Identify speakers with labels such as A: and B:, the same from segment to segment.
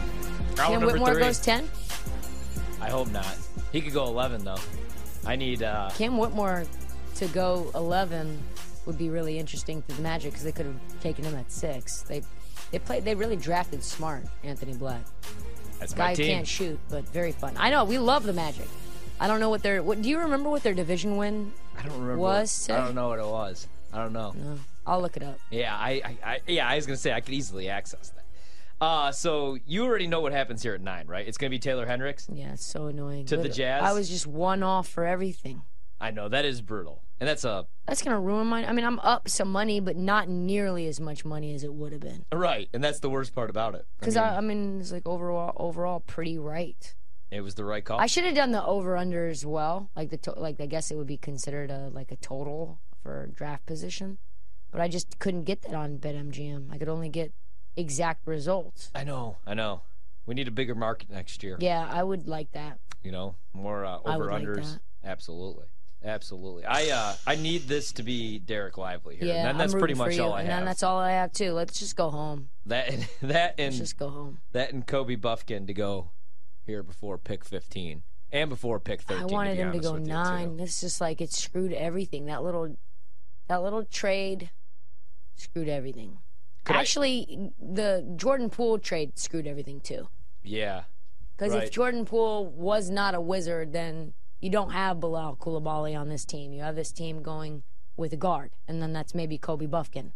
A: Round
B: Cam
A: number
B: Whitmore
A: three.
B: goes 10?
A: I hope not. He could go 11 though. I need. uh
B: Cam Whitmore to go 11 would be really interesting for the Magic because they could have taken him at 6. They they played they really drafted smart Anthony Black.
A: That's
B: Guy
A: my
B: who
A: team.
B: can't shoot, but very fun. I know, we love the Magic. I don't know what their what do you remember what their division win?
A: I don't remember.
B: Was
A: what, I
B: to-
A: don't know what it was. I don't know.
B: No, Uh, I'll look it up.
A: Yeah, I, I, I yeah, I was gonna say I could easily access that. Uh, so you already know what happens here at nine, right? It's gonna be Taylor Hendricks.
B: Yeah, it's so annoying.
A: To the
B: Literally,
A: Jazz?
B: I was just one off for everything.
A: I know that is brutal, and that's a
B: That's gonna ruin my. I mean, I'm up some money, but not nearly as much money as it would have been.
A: right, and that's the worst part about it. I
B: Because
A: mean,
B: I, I mean, it's like overall, overall pretty right.
A: it was the right call.
B: I should have done the over under as well. Like the to- like, I guess it would be considered a like a total for draft position, but I just couldn't get that on BetMGM. I could only get exact results.
A: I know, I know. We need a bigger market next year.
B: Yeah, I would like that.
A: You know, more uh,
B: I
A: over
B: would like
A: unders.
B: that.
A: Absolutely, absolutely. I uh, I need this to be Derek Lively here,
B: Yeah,
A: and then that's
B: I'm
A: pretty
B: rooting
A: much
B: for you.
A: all I
B: and
A: have.
B: then that's all I have too. Let's just go home.
A: That and, that
B: Let's
A: and
B: just go home.
A: that and Kobe Buffkin to go here before pick 15 and before pick 13.
B: I wanted
A: to be
B: him
A: honest
B: to go
A: with you, too.
B: nine. This is just like it screwed everything. That little, that little trade, screwed everything.
A: Could I-
B: Actually, the Jordan Poole trade screwed everything too.
A: Yeah.
B: Because
A: Right.
B: if Jordan Poole was not a wizard, then you don't have Bilal Koulibaly on this team. You have this team going with a guard, and then that's maybe Kobe Buffkin.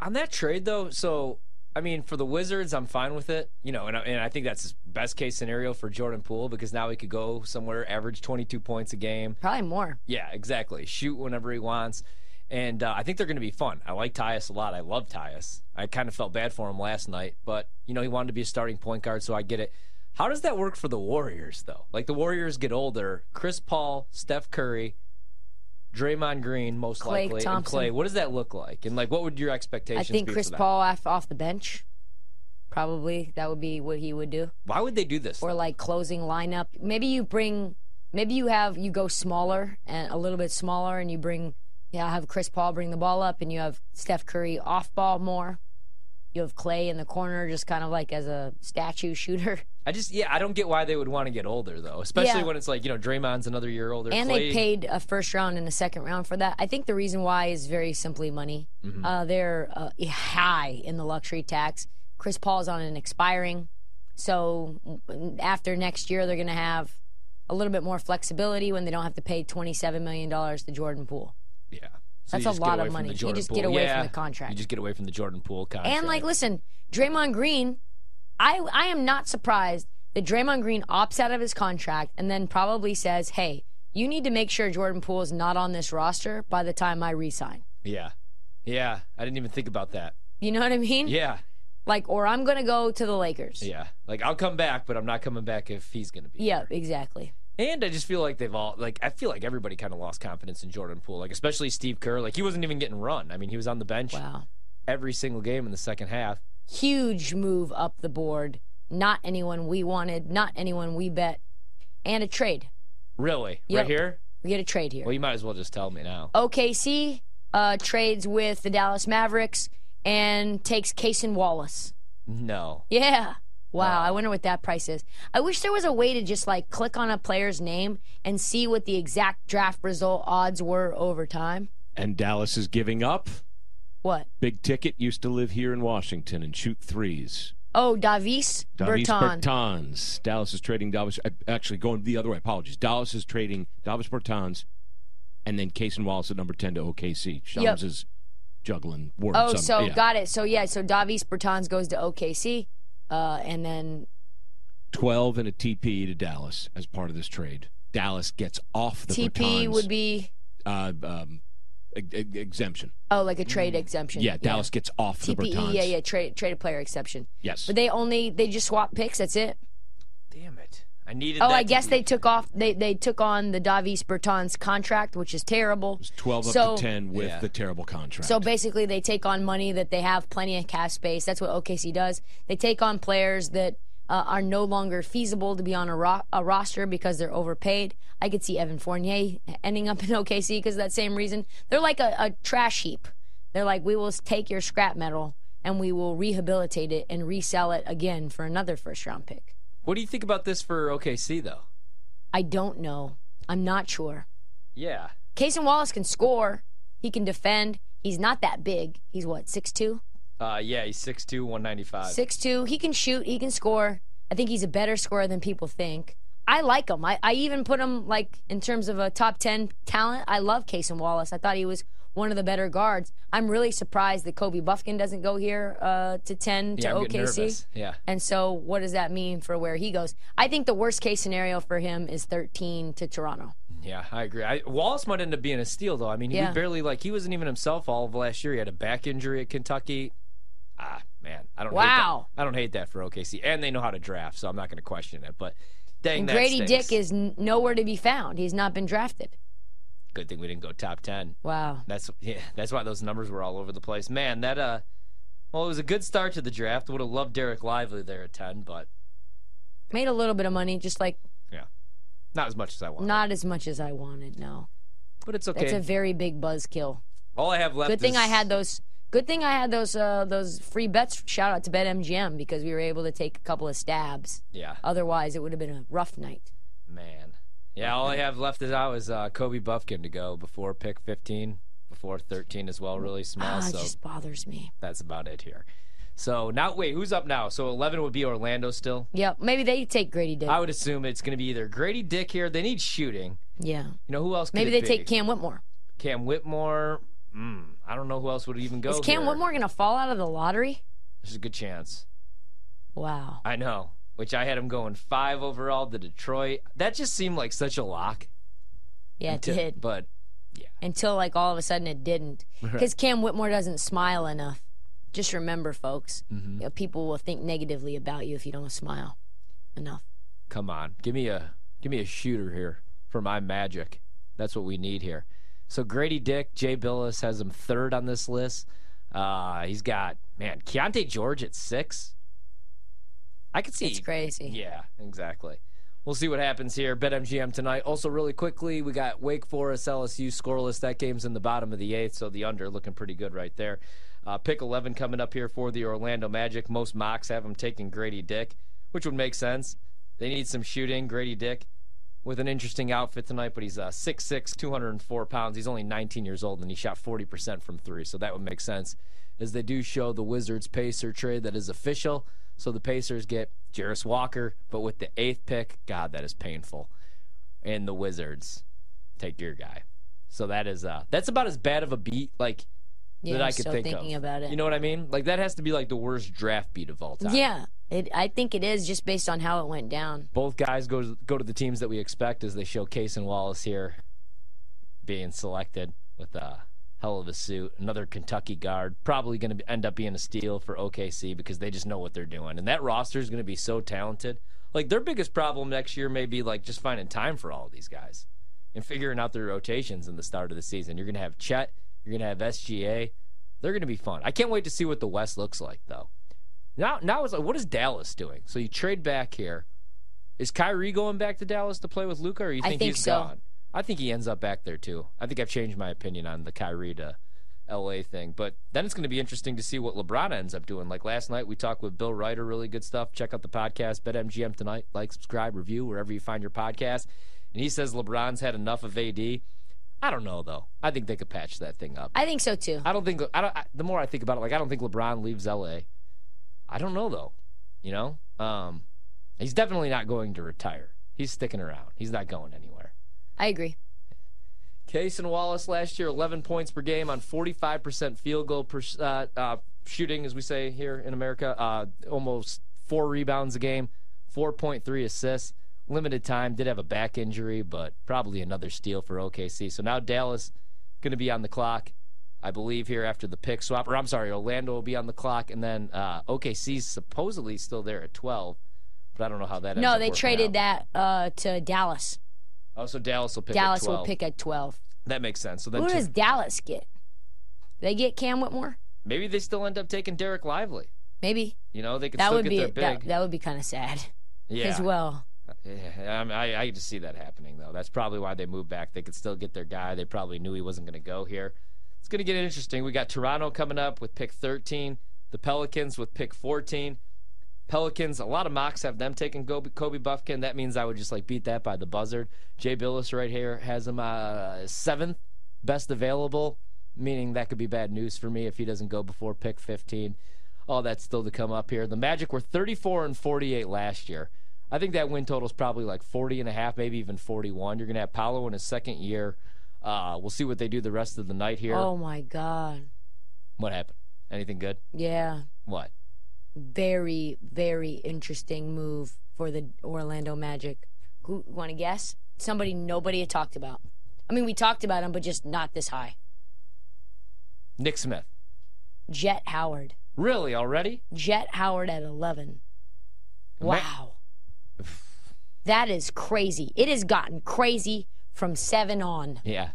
A: On that trade though, so I mean, for the Wizards, I'm fine with it. You know, and I, and I think that's his best case scenario for Jordan Poole because now he could go somewhere, average 22 points a game.
B: Probably more.
A: Yeah, exactly. Shoot whenever he wants. And uh, I think they're going to be fun. I like Tyus a lot. I love Tyus. I kind of felt bad for him last night, but, you know, he wanted to be a starting point guard, so I get it. How does that work for the Warriors, though? Like, the Warriors get older. Chris Paul, Steph Curry, Draymond Green, most
B: Klay
A: likely, and
B: Thompson.
A: Clay. What does that look like? And, like, what would your
B: I
A: expectations
B: think
A: be?
B: Chris
A: for that?
B: Paul off, off the bench. Probably that would be what he would do.
A: Why would they do this?
B: or like closing lineup. Maybe you bring, maybe you have you go smaller and a little bit smaller, and you bring, yeah, have Chris Paul bring the ball up, and you have Steph Curry off ball more. You have Clay in the corner, just kind of like as a statue shooter,
A: I just, yeah, I don't get why they would want to get older, though, especially
B: Yeah.
A: when it's like, you know, Draymond's another year older.
B: and
A: Klay,
B: they paid a first round and a second round for that. I think the reason why is very simply money. Uh, they're uh, high in the luxury tax. Chris Paul's on an expiring, so mm, after next year they're going to have a little bit more flexibility when they don't have to pay $27 million to Jordan Poole.
A: Yeah. So
B: That's
A: you
B: a
A: just get
B: lot of
A: away from
B: money.
A: the
B: You
A: Jordan
B: just get
A: Poole.
B: away from
A: Yeah.
B: the contract.
A: You just get away from the Jordan Pool contract.
B: And like, listen, Draymond Green, I I am not surprised that Draymond Green opts out of his contract and then probably says, "Hey, you need to make sure Jordan Poole is not on this roster by the time I resign."
A: yeah, yeah. I didn't even think about that.
B: You know what I mean?
A: Yeah,
B: Like, or I'm gonna go to the Lakers.
A: yeah. Like I'll come back, but I'm not coming back if he's gonna be.
B: Yeah, exactly.
A: And I just feel like they've all like I feel like everybody kind of lost confidence in Jordan Poole, like especially Steve Kerr. Like he wasn't even getting run. I mean, he was on the bench
B: Wow.
A: every single game in the second half.
B: Huge move up the board. Not anyone we wanted. Not anyone we bet. And a trade.
A: Really,
B: Yep. Oh.
A: right here.
B: We get a trade here.
A: Well, you might as well just tell me now.
B: OKC uh, trades with the Dallas Mavericks and takes Kaysen Wallace.
A: No,
B: Yeah. Wow, I wonder what that price is. I wish there was a way to just like click on a player's name and see what the exact draft result odds were over time.
C: And Dallas is giving up.
B: What?
C: Big Ticket used to live here in Washington and shoot threes.
B: Oh, Davis,
C: Davis
B: Berton.
C: Bertans. Dallas is trading Davis. uh, Actually, going the other way. Apologies. Dallas is trading Davis Bertans, and then Casey Wallace at number ten to OKC. Shams
B: Yep.
C: is juggling words.
B: Oh,
C: on-
B: so
C: yeah.
B: got it. So yeah, so Davis Bertans goes to OKC, uh, and then
C: twelve and a TP to Dallas as part of this trade. Dallas gets off the
B: TP
C: Bertans,
B: would be
C: uh, um, e- e- exemption.
B: oh like a trade exemption.
C: Mm. Yeah, Dallas gets off the
B: TPE,
C: Bertans.
B: E, yeah, yeah, trade trade a player exception.
C: Yes.
B: But they only they just swap picks. That's it.
A: damn it. I needed.
B: Oh,
A: that
B: I
A: to
B: guess
A: be-
B: they took off. They they took on the Davis Bertans contract, which is terrible.
C: It's 12 up
B: So-
C: to 10 with
A: Yeah.
C: the terrible contract.
B: So basically, they take on money that they have plenty of cash space. That's what OKC does. They take on players that uh, are no longer feasible to be on a, ro- a roster because they're overpaid. I could see Evan Fournier ending up in OKC because of that same reason. They're like a, a trash heap. They're like, we will take your scrap metal and we will rehabilitate it and resell it again for another first round pick.
A: What do you think about this for OKC though?
B: I don't know. I'm not sure.
A: Yeah.
B: Casey Wallace can score. He can defend. He's not that big. He's what, 6'2?
A: Uh, yeah, he's 6'2", 195.
B: 6'2. He can shoot. He can score. I think he's a better scorer than people think. I like him. I, I even put him, like, in terms of a top 10 talent. I love Casey Wallace. I thought he was one of the better guards. I'm really surprised that Kobe Buffkin doesn't go here uh, to 10
A: yeah,
B: to
A: I'm
B: OKC.
A: getting nervous. Yeah.
B: And so, what does that mean for where he goes? I think the worst case scenario for him is 13 to Toronto.
A: Yeah, I agree. I, Wallace might end up being a steal, though. I mean, he
B: Yeah.
A: barely like he wasn't even himself all of last year. He had a back injury at Kentucky. Ah, man, I don't.
B: Wow.
A: Hate that. I don't hate that for OKC, and they know how to draft, so I'm not going to question it. But dang, that
B: Grady
A: stinks.
B: Dick is n- nowhere to be found. He's not been drafted.
A: good thing we didn't go top ten.
B: Wow.
A: That's yeah. That's why those numbers were all over the place. Man, that uh, well, it was a good start to the draft. Would have loved Derek Lively there at ten, but
B: Made a little bit of money, just like
A: not as much as I wanted.
B: not as much as I wanted. No,
A: but it's
B: that's
A: okay.
B: a very big buzzkill.
A: all I have left.
B: Good thing I
A: is-
B: had those. Good thing I had those uh, those free bets. Shout out to BetMGM because we were able to take a couple of stabs.
A: Yeah.
B: Otherwise, it would have been a rough night.
A: Man. Yeah, all I have left is now is uh, Kobe Buffkin to go before pick 15, before 13 as well, really small.
B: Ah, it
A: so
B: just bothers me.
A: that's about it here. So now, wait, who's up now? So 11 would be Orlando still.
B: Yeah, maybe they take Grady Dick.
A: I would assume it's going to be either Grady Dick here. They need shooting.
B: yeah,
A: You know, who else could
B: maybe
A: it
B: they take
A: be?
B: Cam Whitmore.
A: Cam Whitmore. Mm, I don't know who else would even go
B: Is Cam
A: here.
B: Whitmore gonna fall out of the lottery?
A: There's a good chance.
B: Wow.
A: I know. Which I had him going five overall to Detroit. That just seemed like such a lock.
B: Yeah, it
A: to-
B: did.
A: But
B: until like all of a sudden it didn't because cam whitmore doesn't smile enough just remember folks
A: Mm-hmm.
B: you know, people will think negatively about you if you don't smile enough
A: Come on, give me a give me a shooter here for my magic. That's what we need here. So Grady Dick, Jay Billis has him third on this list. Uh, he's got man Keontae George at six. I could see.
B: it's crazy
A: Yeah, exactly. We'll see what happens here. BetMGM tonight. Also, really quickly, we got Wake Forest LSU scoreless. That game's in the bottom of the eighth, so the under looking pretty good right there. Uh, pick 11 coming up here for the Orlando Magic. Most mocks have them taking Grady Dick, which would make sense. They need some shooting. Grady Dick with an interesting outfit tonight, but he's uh, 6'6, 204 pounds. He's only 19 years old, and he shot 40% from three, so that would make sense. As they do show the Wizards Pacer trade that is official, so the Pacers get Jairus Walker, but with the eighth pick, God, that is painful. And the Wizards take your guy. So that is uh that's about as bad of a beat like
B: yeah
A: that
B: I'm
A: I could
B: still
A: think
B: thinking
A: of.
B: about it
A: You know what I mean? Like that has to be like the worst draft beat of all time.
B: yeah it, i think it is just based on how it went down
A: both guys go go to the teams that we expect as they show Case and Wallace here being selected with a hell of a suit. Another Kentucky guard, probably going to end up being a steal for OKC because they just know what they're doing, and that roster is going to be so talented. Like their biggest problem next year may be like just finding time for all of these guys and figuring out their rotations in the start of the season. You're going to have Chet, you're going to have SGA. They're going to be fun. I can't wait to see what the West looks like though. Now, now it's like, what is Dallas doing? So you trade back here. Is Kyrie going back to Dallas to play with Luca, or you
B: I
A: think,
B: think
A: he's
B: so.
A: gone? I think he ends up back there too. I think I've changed my opinion on the Kyrie to LA thing, but then it's going to be interesting to see what LeBron ends up doing. Like last night, we talked with Bill Ryder, really good stuff. Check out the podcast, BetMGM tonight. Like, subscribe, review wherever you find your podcast. And he says LeBron's had enough of AD. I don't know though. I think they could patch that thing up.
B: i think so too
A: I don't think I don't. I, the more I think about it, like I don't think LeBron leaves LA. I don't know though. You know, um, he's definitely not going to retire. He's sticking around. He's not going anywhere.
B: i agree
A: Case and Wallace last year, 11 points per game on 45% field goal per, uh, uh, shooting, as we say here in America. Uh, almost four rebounds a game, 4.3 assists. Limited time, did have a back injury, but probably another steal for OKC. So now Dallas going to be on the clock, I believe, here after the pick swap. Or I'm sorry, Orlando will be on the clock, and then uh, OKC's supposedly still there at 12, but I don't know how that. ends
B: no
A: up
B: they
A: working
B: traded
A: out.
B: that uh, to dallas
A: Oh, so Dallas will pick.
B: dallas
A: at
B: will
A: 12.
B: pick at 12
A: That makes sense. So then
B: who
A: two-
B: does dallas get they get cam whitmore
A: Maybe they still end up taking Derek Lively.
B: maybe
A: You know, they could
B: that
A: still
B: would
A: get
B: be
A: their big.
B: that, that would be kind of sad
A: yeah.
B: as well
A: Yeah, I, mean, I, I just see that happening, though. That's probably why they moved back. They could still get their guy. They probably knew he wasn't going to go here. It's going to get interesting. We got Toronto coming up with pick 13, the Pelicans with pick 14. Pelicans, a lot of mocks have them taking Kobe, Kobe Buffkin. That means I would just like beat that by the buzzard. Jay Billis right here has him uh, seventh best available, meaning that could be bad news for me if he doesn't go before pick 15. All that's still to come up here. The Magic were 34 and 48 last year. I think that win total is probably like 40 and a half, maybe even 41. You're going to have Paolo in his second year. Uh, we'll see what they do the rest of the night here.
B: Oh my God.
A: What happened? Anything good?
B: Yeah.
A: What?
B: Very, very interesting move for the Orlando Magic. Who want to guess? Somebody nobody had talked about. I mean, we talked about him, but just not this high.
A: Nick Smith.
B: Jet Howard.
A: Really already?
B: Jet Howard at 11.
A: Ma-
B: Wow. that is crazy. It has gotten crazy from seven on.
A: Yeah.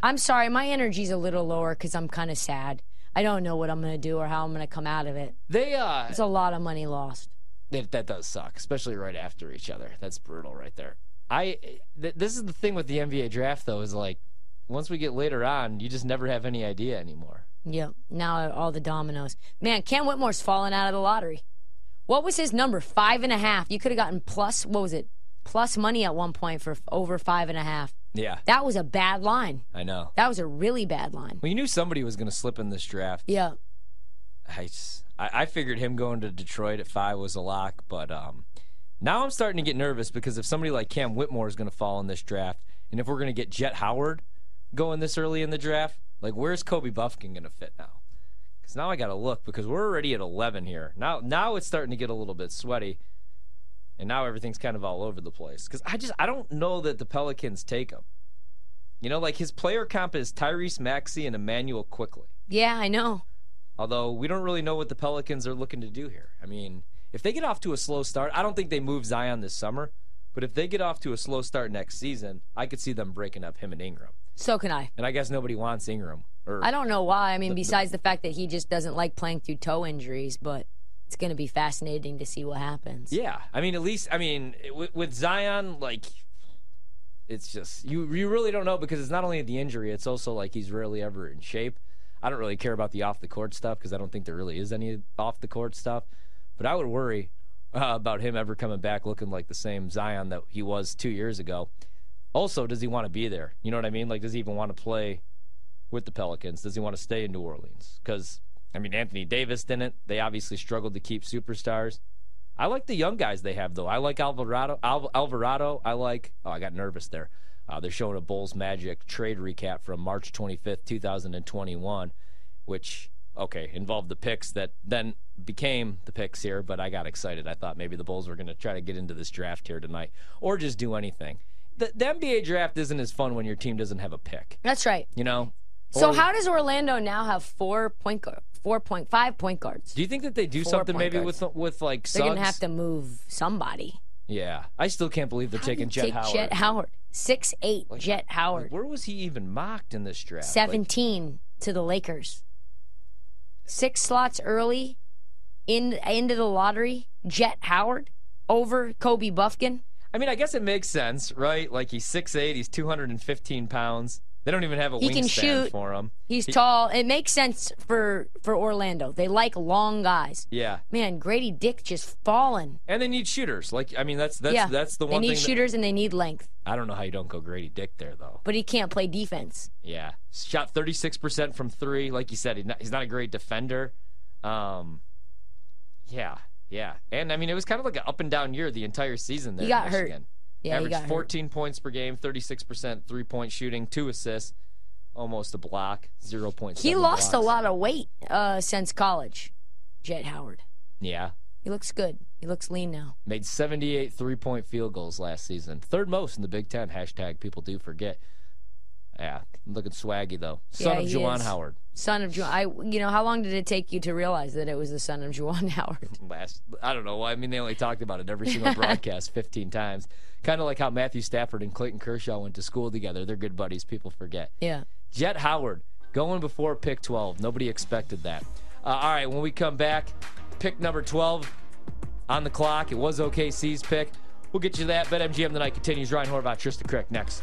B: I'm sorry, my energy's a little lower because I'm kind of sad. I don't know what I'm going to do or how I'm going to come out of it.
A: They uh
B: It's a lot of money lost.
A: that that does suck, especially right after each other. That's brutal right there. I th- this is the thing with the NBA draft though is like once we get later on, you just never have any idea anymore.
B: Yeah, now all the dominoes. Man, Cam Whitmore's fallen out of the lottery. What was his number? Five and a half. You could have gotten plus, what was it? Plus money at one point for f- over five and a half.
A: Yeah,
B: That was a bad line.
A: I know.
B: That was a really bad line.
A: Well, you knew somebody was going to slip in this draft.
B: Yeah.
A: I, just- I I figured him going to Detroit at five was a lock, but um, now I'm starting to get nervous because if somebody like Cam Whitmore is going to fall in this draft, and if we're going to get Jet Howard going this early in the draft, like where's Kobe Buffkin going to fit now? Because now I got to look because we're already at 11 here. Now now it's starting to get a little bit sweaty, and now everything's kind of all over the place because I just I don't know that the Pelicans take him. You know, like his player comp is Tyrese Maxey and Emmanuel Quickly.
B: Yeah, I know.
A: Although we don't really know what the Pelicans are looking to do here. I mean, if they get off to a slow start, I don't think they move Zion this summer. But if they get off to a slow start next season, I could see them breaking up him and Ingram.
B: So can I.
A: And I guess nobody wants Ingram. Or
B: I don't know why. I mean, besides the fact that he just doesn't like playing through toe injuries, but it's going to be fascinating to see what happens.
A: yeah, I mean, at least I mean with, with Zion, like it's just you you really don't know because it's not only the injury, it's also like he's rarely ever in shape. I don't really care about the off the court stuff because I don't think there really is any off the court stuff. But I would worry uh, about him ever coming back looking like the same Zion that he was two years ago. Also, does he want to be there? You know what I mean? Like, does he even want to play with the Pelicans? Does he want to stay in New Orleans? Because, I mean, Anthony Davis didn't. They obviously struggled to keep superstars. I like the young guys they have, though. I like Alvarado. Al- Alvarado. I like. Oh, I got nervous there. Uh, they're showing a Bulls Magic trade recap from March 25th, 2021, which, okay, involved the picks that then became the picks here, but I got excited. I thought maybe the Bulls were going to try to get into this draft here tonight or just do anything. The, the NBA draft isn't as fun when your team doesn't have a pick,
B: That's right.
A: you know?
B: So
A: Or-
B: how does Orlando now have four point guard, four point five point guards?
A: Do you think that they do something
B: point
A: maybe with with like
B: They're going to
A: Suggs?
B: have to move somebody.
A: Yeah, I still can't believe they're taking Jet
B: Take
A: Howard.
B: Jet Howard, six eight. Jet Howard,
A: Where was he even mocked in this draft? Like,
B: seventeen to the Lakers. Six slots early, in into the lottery. Jet Howard over Kobe Buffkin.
A: I mean, I guess it makes sense, right? Like he's 6'8", he's 215 pounds. They don't even have a
B: He
A: wingspan
B: can shoot.
A: for him.
B: He's tall. It makes sense for for Orlando. They like long guys.
A: Yeah.
B: Man, Grady Dick just fallen.
A: And they need shooters. Like I mean, that's that's
B: yeah,
A: that's the
B: They
A: one
B: need
A: thing. that-
B: shooters and they need length,
A: I don't know how you don't go Grady Dick there though.
B: but he can't play defense.
A: Yeah, shot 36% from three. Like you said, he's not, he's not a great defender. Um, yeah, yeah. And I mean, it was kind of like an up and down year the entire season. There
B: He got
A: in
B: hurt.
A: Michigan.
B: Yeah, he
A: Averaged
B: got hurt.
A: 14 points per game, 36% three point shooting, two assists, almost a block, 0.7.
B: He lost a
A: blocks.
B: lot of weight uh, since college. Jet Howard.
A: Yeah.
B: He looks good. He looks lean now.
A: Made 78 three point field goals last season. Third most in the Big Ten. Hashtag people do forget. Yeah. Looking swaggy, though. Son
B: Yeah,
A: of
B: he
A: Juwan
B: is.
A: Howard.
B: Son of Ju- I. You know how long did it take you to realize that it was the son of Juwan Howard?
A: last I don't know. I mean, they only talked about it every single broadcast 15 times. Kind of like how Matthew Stafford and Clayton Kershaw went to school together. They're good buddies. People forget.
B: Yeah.
A: Jet Howard going before pick 12. Nobody expected that. Uh, all right, when we come back, pick number 12 on the clock. It was OKC's pick. We'll get you that. BetMGM tonight continues. Ryan Horvath, Trista Crick next.